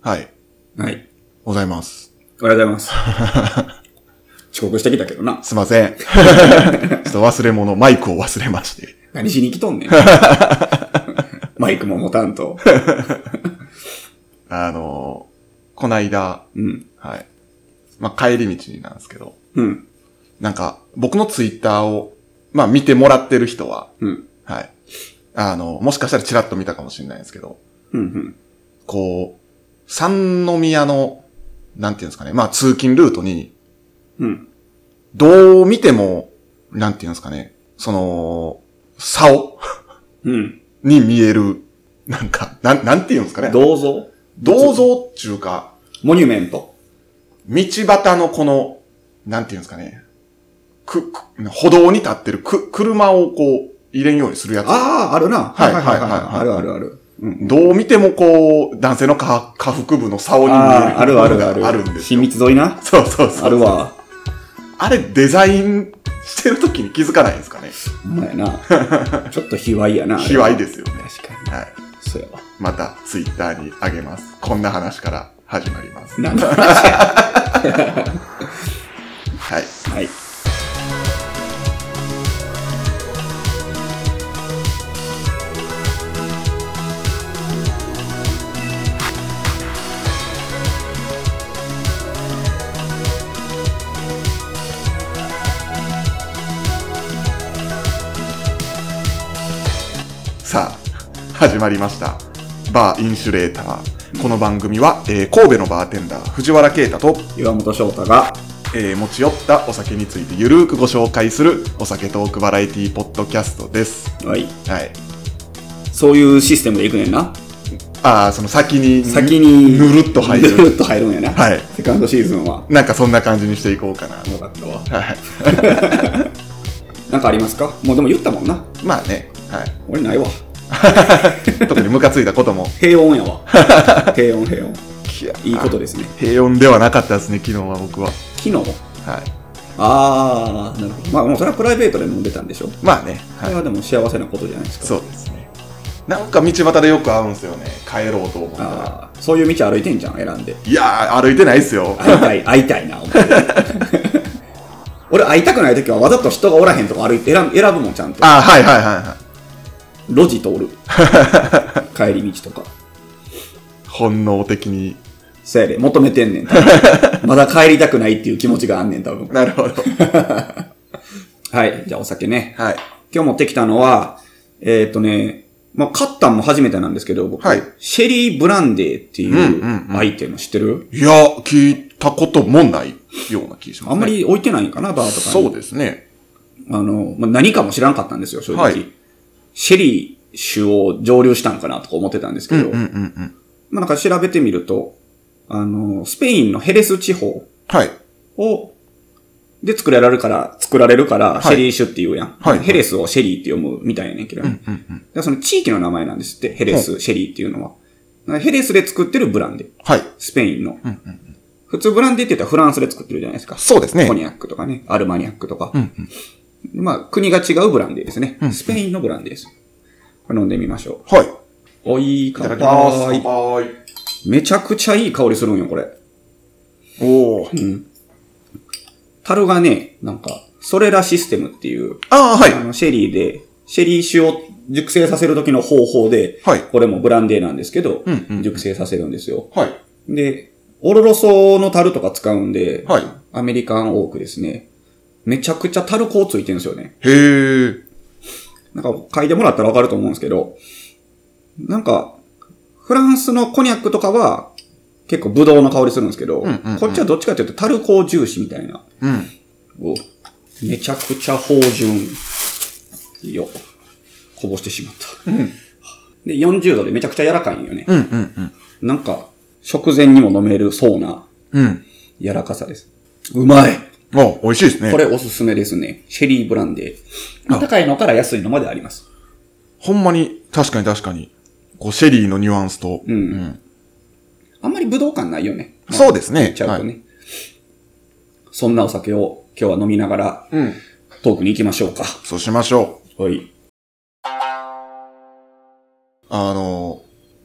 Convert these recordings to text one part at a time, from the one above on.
はい。はい。ございます。おはようござ います。遅刻してきたけどな。すいません。ちょっと忘れ物、マイクを忘れまして。何しに来 とんねん。マイクも持たんと。あのー、こないだ、うん。はい。まあ、帰り道になんですけど、うん。なんか、僕のツイッターを、まあ、見てもらってる人は、うん。はい。あの、もしかしたらチラッと見たかもしれないですけど、うん。うん。こう、三宮の、なんていうんですかね、まあ、通勤ルートに、うん。どう見ても、なんていうんですかね、その、竿うん。に見える、なんか、なん、なんていうんですかね。銅像銅像っていうか、モニュメント。道端のこの、なんていうんですかね、く、く歩道に立ってるく、車をこう、入れんようにするやつ。ああ、あるな。はいはいはいはいあるあるある。うん。どう見てもこう、男性の下下腹部の竿に見えるああ、あるあるある。あるんです親よ。密沿いな。そうそうそう。ある。わ。あれデザインしてるときに気づかないんですかね。ほんま やな。ちょっと卑猥やな。卑猥ですよね。す。確かに。はい。そうやわ。またツイッターにあげます。こんな話から始まります。なんだ話や。はい。はい。さあ、始まりました。バーインシュレーター。この番組は、えー神戸のバーテンダー、藤原啓太と、岩本翔太が、えー持ち寄ったお酒についてゆるーくご紹介するお酒トークバラエティポッドキャストです。はい。はい。そういうシステムでいくねんな。ああ、その先に、先に、ぬるっと入るぬるっと入るんやな。はいセカンドシーズンは。なんかそんな感じにしていこうかな。よかったわ。はい。なんかありますかもうでも言ったもんな。まあね、はい。俺ないわ。特にムカついたこと も。平穏や わ。平穏平穏。いいことですね。平穏ではなかったですね、昨日は僕は。昨日はい。あー、なるほど。まあもうそれはプライベートで飲んでたんでしょ。まあね、そはれい。はでも幸せなことじゃないですか。そうですね。なんか道端でよく会うんですよね。帰ろうと思ったら。あーそういう道歩いてんじゃん、選んで。いやー、歩いてないっすよ。会いたい、会 いたいな、思って俺会いたくない時はわざと人がおらへんとこ歩いて選ぶ選ぶもん、ちゃんと。あー、はいはいはいは路地 通る。帰り道とか。い。本能的に。せやで、求めてんねん。多 分まだ帰りたくないっていう気持ちがあんねん、多分。なるほど。はい。じゃあお酒ね。 はい。今日持ってきたのは、えーっ、とね、まあ、カッタンも初めてなんですけど、僕、はいシェリーブランデーっていんうんうアイテム知ってるいやー、聞いたこともないような気がします、ね。あんまり置いてないんかな、バーとかに。そうですね。あの、まあ、何かも知らんかったんですよ、正直。はいシェリー酒を蒸留したんかなとか思ってたんですけうんど、うんうんうん。まあ、なんか調べてみると、あの、スペインのヘレス地方はい。を、で作られるから、作られるから、いシェリー酒って言うやん。はいヘレスをシェリーって読むみたいやねんけど、ねうんうん。でその地域の名前なんですって、ヘレス、シェリーっていうのは。だからヘレスで作ってるブランデー。はい。スペインの。うんうん。普通ブランデーって言ったらフランスで作ってるじゃないですか。そうですねコ。ニャックとかね、アルマニャックとか。うんうん。まあ、国が違うブランデーですねう。んスペインのブランデーです。これ飲んでみましょ。はい。いうおいい、ただ乾きます。杯。はい。めちゃくちゃいい香りするんよ、これ。おー。樽がね、なんか、ソレラシステムっていう、ああ、はいあ。の、シェリーで、シェリー酒を熟成させる時の方法で、はいこれもブランデーなんですけど、うんうん熟成させるんですよ。はい。で、オロロソの樽とか使うんで、はいアメリカンオークですね。めちゃくちゃ樽こうついてるんですよね。へー。なんか嗅いでもらったらわかると思うんですけど、なんか、フランスのコニャックとかは結構ブドウの香りするんですけど、んうんうんこっちはどっちかというと樽香重視みたいな。うん。おめちゃくちゃ芳醇。よ。こぼしてしまった。で、40度でめちゃくちゃ柔らかいんよね。うんうんなんか、食前にも飲めるそうなうん。うん。柔らかさです。うまいあ、美味しいですね。これおすすめですね。シェリーブランデー。高いのから安いのまであります。ほんまに、確かに確かに。こう、シェリーのニュアンスと。うんあんまり武道館ないよね。そうですねちゃうとね、そんなお酒を今日は飲みながらうん。トークに行きましょうか。そうしましょう。はい。あの、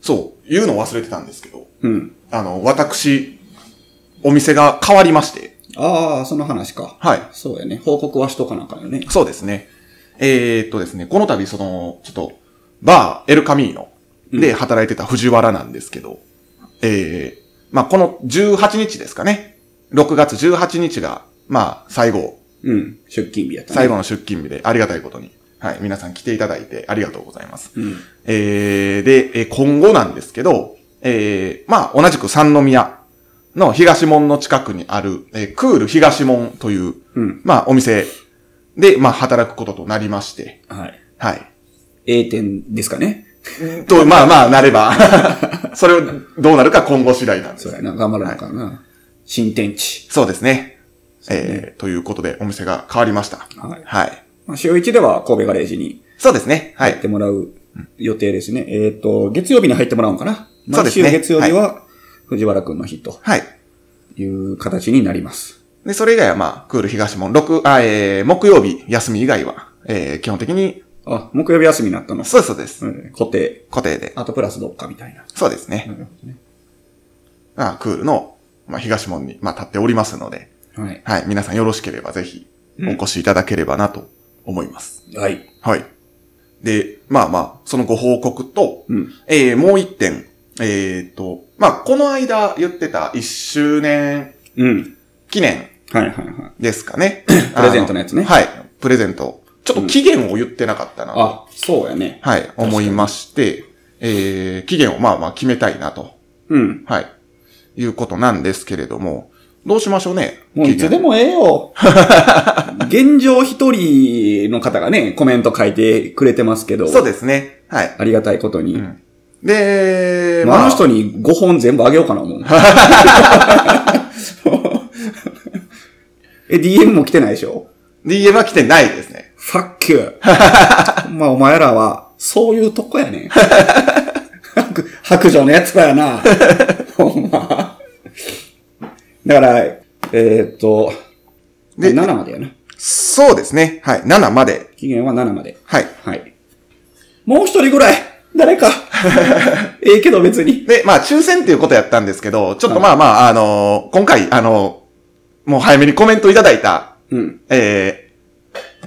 そう、言うの忘れてたんですけど、うん。あの、私、お店が変わりまして。ああ、その話か。はい。そうやね。報告はしとかなあかんよね。そうですね。えー、っとですね、この度、その、ちょっと、バー、エルカミーノで働いてた藤原なんですけど、えー、まあ、この18日ですかね。6月18日が、まあ、最後、うん。出勤日やった、ね。最後の出勤日で、ありがたいことに、はい、皆さん来ていただいてありがとうございます。うん。えー、で、えー今後なんですけど、えー、まあ、同じく三宮の東門の近くにある、えークール東門という、うん。まあ、お店で、まあ、働くこととなりまして、はい。はい。 A 点ですかね。と、まあまあ、なれば、 それをどうなるか今後次第なんですそうねやな。頑張らなあかんな、新天地。そうですね。うねえー、ということで、お店が変わりました。はいはい。まあ、週一では神戸ガレージにそうですね。は入っい。てもらう予定ですね。えっ、と、月曜日に入ってもらうんかな。そう毎です週ね月曜日は藤原くんの日とはい。いう形になります。で、それ以外はまあ、クール東門、6、あ、えー、木曜日休み以外は、えー、基本的に、あ、木曜日休みになったの。そうです、そうです。うん固定。固定で。あとプラスどっかみたいな。そうですね。まあ、クールの、まあ、東門に、まあ、立っておりますので、はい。はい。皆さんよろしければぜひ、お越しいただければなと思います。はい。はい。で、まあまあ、そのご報告と、うん。えー、もう一点、えー、と、まあ、この間言ってた1周年うん。記念はいはいはい。ですかね。 プレゼントのやつねあはい。プレゼント。ちょっと期限を言ってなかったなと、あ、そうやね。はい、に思いまして、えー、期限をまあまあ決めたいなと、うん。はい、いうことなんですけれども、どうしましょうね。もういつでも。もええよ。 現状一人の方がね、コメント書いてくれてますけど。そうですね。はい。ありがたいことに。んで、まあ、あの人に5本全部あげようかな、もう。 え、DM も来てないでしょ DM は来てないですね。ファッキュ ー。まあ、お前らは、そういうとこやねん。白白状のやつらやな。ほんま。だから、えーっと、で7までやな。そうですね。はい。7まで。期限は7まで。はい。はい。もう一人ぐらい誰 かええけど別に。で、まあ、抽選っていうことやったんですけど、ちょっとまあまあ、あのー今回、あのーもう早めにコメントいただいた、うん。え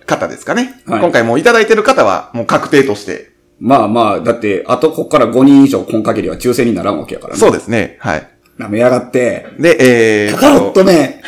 ー、方ですかね。はい今回もういただいてる方は、もう確定として。まあまあ、だって、あとこっから5人以上今限りは抽選にならんわけやからね。そうですね。はい。舐めやがって。で、えー、カカロット ね。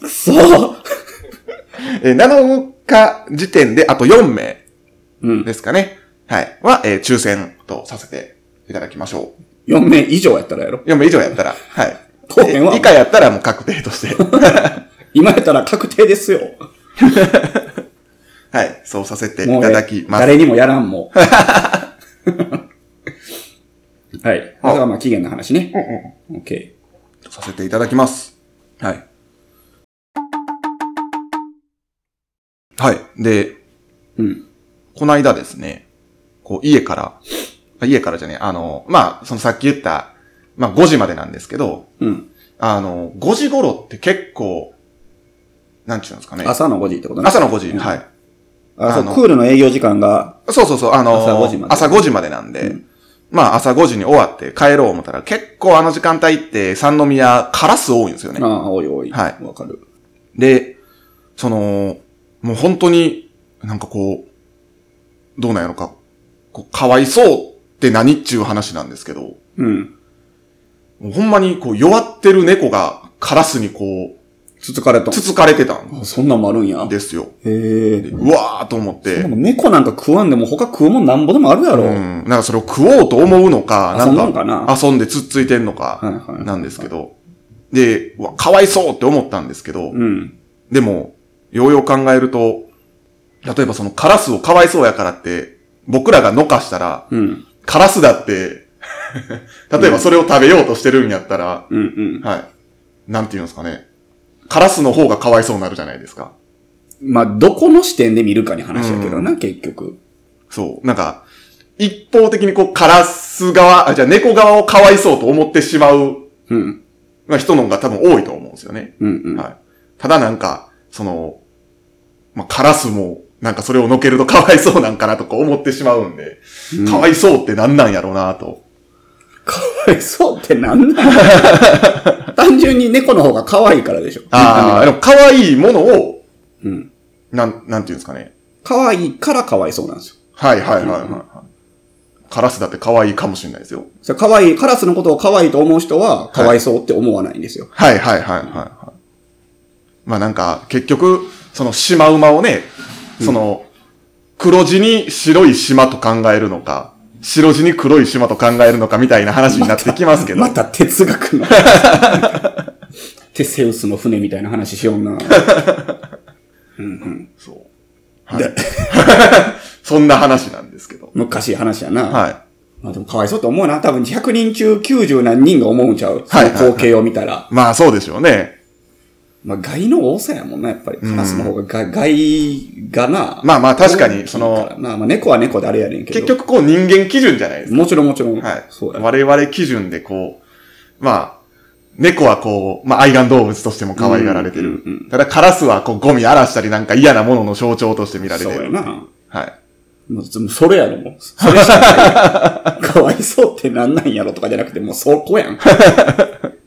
くそえー7日時点であと4名うん。ですかね。はい。は、えー抽選とさせていただきましょ4名以上やったらやろ。う。4名以上やったら、はい。後編はえー以下やったらもう確定として。 今やったら確定ですよ。はい。そうさせていもうただきます。誰にもやら んもん。はい。それはまあ期限の話ね。うんうん。OK。させていただきます。はい。はい。で、うん。この間ですね、こう、家から、あ家からじゃねえ、あの、まあ、そのさっき言った、まあ、5時までなんですけど、うん。あの、5時頃って結構、なんちゅうんですかね。朝の5時ってことね。朝の5時、うんはい。あ、そあうのクールの営業時間が、そうそうそう、あの、朝5時まで朝5時までなんで、まあ、朝5時に終わって帰ろう思ったら、結構あの時間帯って三宮カラス多いんですよねあ。あ、おいおい。はいわかる。で、その、もう本当に、なんかこう、どうなんやろか、こう、かわいそうって何っちゅう話なんですけど、うん。もうほんまにこう、弱ってる猫がカラスにこう、つつかれた。つつかれてたんあそんなんもあるんや。ですよ。へえで。うわーと思っでて、も猫なんか食わんでも他食うもんなんぼでもあるやろ。うはいん、なんかそれを食おうと思うのか、遊んだんかな遊んでつっついてんのか、はいはい。なんですけど、で、うわ、かわいそうって思ったんですけど、うん。でも、ようよう考えると、例えばそのカラスをかわいそうやからって、僕らがのかしたら、うん。カラスだって、 例えばそれを食べようとしてるんやったら、うんうん。はい。なんて言うんですかね。カラスの方がかわいそうになるじゃないですか。まあ、どこの視点で見るかに話やけどな、結局。そう。なんか、一方的にこう、カラス側、あ、じゃあ猫側をかわいそうと思ってしまううん。まあ人の方が多分多いと思うんですよね。うんうん。はい。ただなんか、その、まあ、カラスも、なんかそれをのけるとかわいそうなんかなとか思ってしまうんで、うんかわいそうってなんなんやろうなと。かわいそうってなんな の単純に猫の方が可愛いからでしょ。ああ、でも可愛いものを、うん。なん、なんていうんですかね。可愛いから可哀想なんですよ。はいはいはいはいはい。カラスだって可愛いかもしれないですよ。それ可愛い、カラスのことを可愛いと思う人は、可哀想って思わないんですよ。はいはいはいはいはい。まあなんか、結局、そのシマウマをね、その、黒地に白い島と考えるのか、白地に黒い島と考えるのかみたいな話になってきますけど。 また哲学の。 テセウスの船みたいな話しような。そう。はい、そんな話なんですけど。昔話やな。はまあでもかわいそうって思うな。多分100人中90何人が思うんちゃう。その光景を見たら。い。まあそうでしょうね。まあ害の多さやもんな、やっぱり。カラスの方が害害がな。まあまあ確かに大きいらなまあ猫は猫であれやねんけど。結局こう人間基準じゃないですか。もちろんもちろん。はい。そうや。我々基準でこう、まあ、猫はこう、まあ愛玩動物としても可愛がられてる。うんうんただカラスはこうゴミ荒らしたりなんか嫌なものの象徴として見られそてうやる。な。はい。もうずそれやろ、もう。それしかない。 かわいそうってなんなんやろとかじゃなくて、もうそこやん。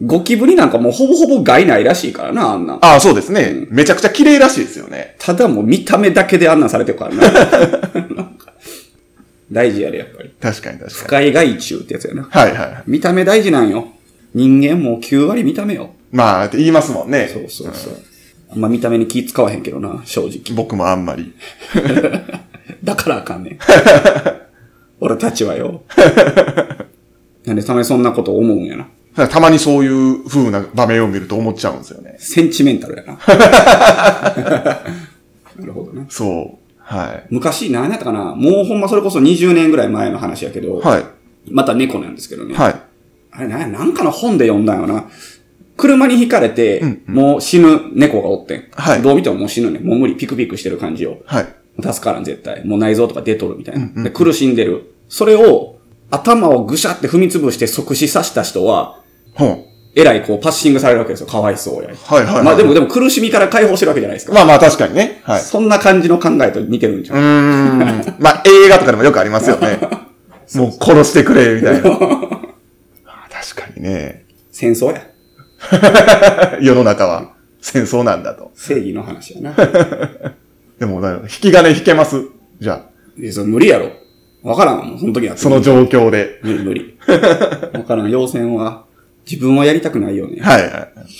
ゴキブリなんかもうほぼほぼ害ないらしいからな、あんなん。ああ、そうですね、めちゃくちゃ綺麗らしいですよね。ただもう見た目だけであんなんされてるからな。 なんか大事やで、やっぱり。確かに確不か快害虫ってやつやな。に。はいはい。見た目大事なんよ。人間もう9割見た目よ。まあ、って言いますもんね。そうそうそう。あんま見た目に気使わへんけどな、正直。僕もあんまり。だからあか んねん。俺たちはよ。なんでたまにそんなこと思うんやな。ただたまにそういう風な場面を見ると思っちゃうんですよね。センチメンタルやな。 なるほどね。そう。はい。昔、何やったかなもうほんまそれこそ20年ぐらい前の話やけど、はい。また猫なんですけどね。はい。あれなんや、なんかの本で読んだんよな。車にひかれて、もう死ぬ猫がおってん。はいどう見てももう死ぬね。もう無理、ピクピクしてる感じを。はい。助からん、絶対。もう内臓とか出とるみたいな。で苦しんでる。それを、頭をぐしゃって踏みつぶして即死させた人は、ほん。えらいこうパッシングされるわけですよ。かわいそうや。はいはいはいまあでも、でも苦しみから解放してるわけじゃないですか。まあまあ確かにね。はい。そんな感じの考えと似てるんじゃうーうん。まあ、映画とかでもよくありますよ ね。もう殺してくれ、みたいな。あ確かにね。 戦争や。世の中は戦争なんだと。正義の話やな。でも、だから引き金引けます。じゃあ、いやそれ無理やろ。わからんわ、もうその時は。その状況で。無理 無理。わからん、要線は。自分はやりたくないよね。はいはい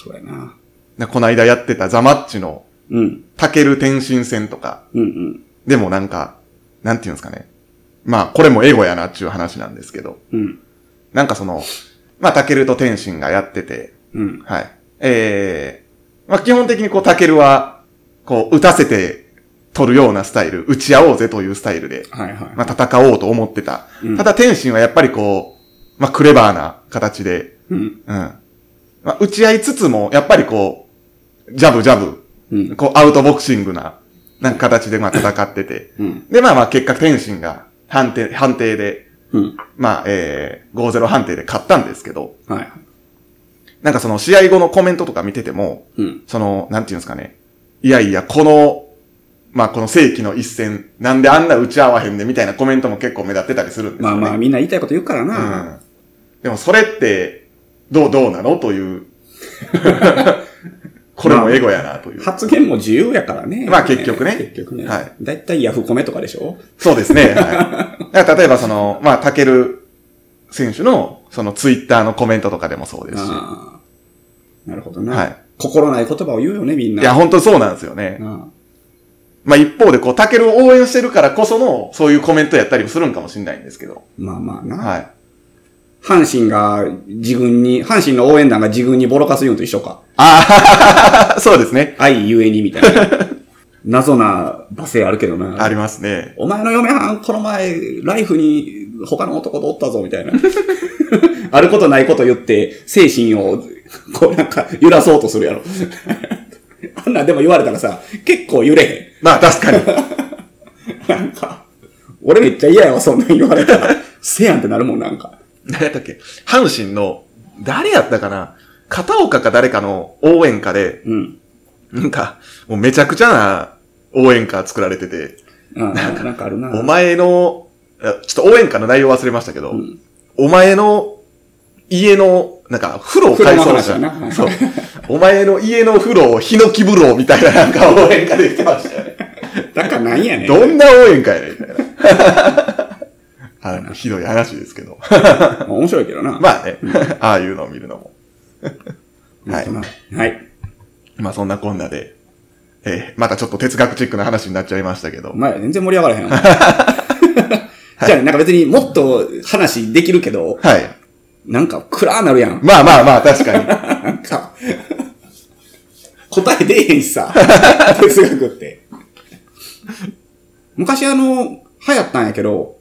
そうやな。で。この間やってたザマッチのうん。タケル天心戦とか、うんうん。でもなんか、なんていうんですかね。まあ、これもエゴやなっていう話なんですけど、うん。なんかその、まあ、タケルと天心がやってて、うん。はい。ええまあ、基本的にこう、タケルは、こう、打たせて取るようなスタイル、打ち合おうぜというスタイルで、はいはい。まあ、戦おうと思ってた。うんただ、天心はやっぱりこう、まあ、クレバーな形で、うん。うん。まあ、打ち合いつつも、やっぱりこう、ジャブジャブ、うん。こう、アウトボクシングな、なんか形で、まあ、戦ってて。うん。で、まあまあ、結果、天心が判定、判定で、うん。まあ、ええ5-0判定で勝ったんですけど、はい。なんかその試合後のコメントとか見てても、うん。その、なんていうんですかね。いやいや、この、まあ、この世紀の一戦、なんであんな打ち合わへんでみたいなコメントも結構目立ってたりするんですまあよね。まあ、みんな言いたいこと言うからうな。ん。でもそれって、どう、どうなのという。これもエゴやな、という。発言も自由やからね。まあ結局ね結局ね。はい。だいたいヤフコメとかでしょそうですね。はい。だから例えばその、まあ、タケル選手の、そのツイッターのコメントとかでもそうですし。ああ。なるほどは。ない心ない言葉を言うよね、みんな。いや、本当にそうなんですよね。うんまあ、一方で、こう、タケルを応援してるからこその、そういうコメントやったりもするんかもしれないんですけど。まあまあな。はい。阪神が自軍に、阪神の応援団が自軍にボロカス言うのと一緒か。あそうですね。愛ゆえにみ たいな。謎な罵声あるけどな。ありますね。お前の嫁はん、この前、ライフに他の男とおったぞ、みたいな。 あることないこと言って、精神を、こうなんか、揺らそうとするやろ。 あんなんでも言われたらさ、結構揺れまあ確かに。 へん。なんか、俺めっちゃ嫌やわ、そんなん言われた ら。せやんってなるもん、なんか。誰だっけ阪神の、誰やったかな片岡か誰かの応援歌で、うん。なんか、もうめちゃくちゃな応援歌作られてて、うん、なん かあるな。お前の、あちょっと応援歌の内容忘れましたけど、お前の家の、なんか、風呂を改装した。風呂の話だなそう。お前の家の風呂をヒノキ風呂みたいななんか 応援歌で言ってましたよね。だからなんやねん。どんな応援 歌やねんみたいな。あの、ひどい話ですけど。 まあ面白いけどな。まあね、ああいうのを見るのも。はいい。はい。まあそんなこんなで、えーまたちょっと哲学チックな話になっちゃいましたけどお。前ら全然盛り上がらへ んわ。 じゃあ、なんか別にもっと話できるけど、はい。なんか暗なるやん。まあまあまあ、確かに。なんか、答え出えへんし さ、哲学って。昔あの、流行ったんやけど、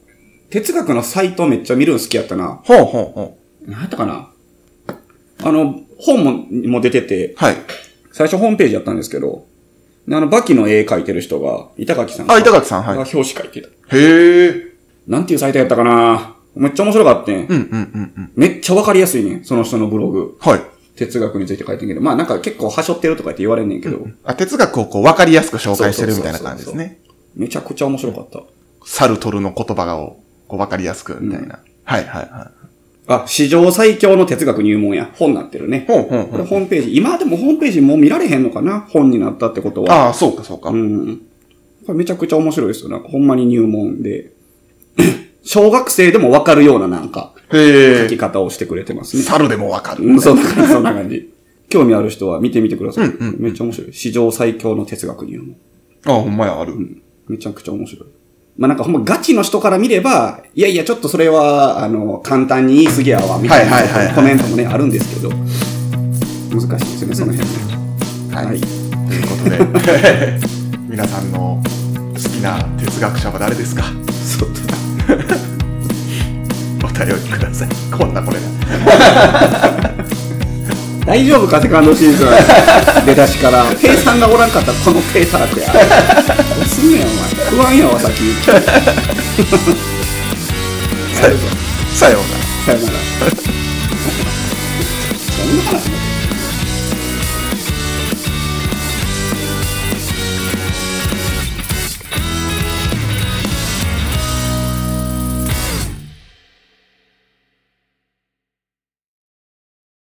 哲学のサイトめっちゃ見るの好きやったな。ほうほうほなんやったかなあの、本もも出ててう。、はい。最初ホームページやったんですけど、であの、バキの絵描いてる人が、板垣さんあ、が板垣さん、はい。表紙描いてた。へえ。なんていうサイトやったかなめっちゃ面白かったね、うんうんうんうん。めっちゃわかりやすいねんその人のブログ。はい。哲学について書いてんけど、まあなんか結構はしょってるとかって言われんねんけど、あ哲学をこう分かりやすく紹介してるみたいな感じですね。めちゃくちゃ面白かった。サルトルの言葉をこう分かりやすくみたいな。はいはいはあ、史上最強の哲学入門や。本になってるねい。。ほうほうこほれう。ホームページ、今でもホームページもう見られへんのかな本になったってことは。ああ、そうかそうか。うん。これめちゃくちゃ面白いですよ。なんかほんまに入門で。 小学生でもわかるようななんか、書へきえ。方をしてくれてますね。猿でも分かる。うん、そんな感じ、そんな感じ。興味ある人は見てみてください。うんうんめっちゃ面白い。史上最強の哲学入門。ああ、ほんまや、ある。めちゃくちゃ面白い。まあなんかほんまガチの人から見れば、いやいや、ちょっとそれは、あの、簡単に言い過ぎやわ、みたいはいはいはいはないコメントもね、あるんですけど、難しいですね、その 辺ね。はい。はいということで、 皆さんの好きな哲学者は誰ですかそうだ。お便りください。こんなこれだ。大丈夫か、セカンドシーズン。 出だしから。ペイさんがおらんかったら、このペイタークや。どう すんねん、お前。不安やわ、先。さようなら。さよなら。そんな話も。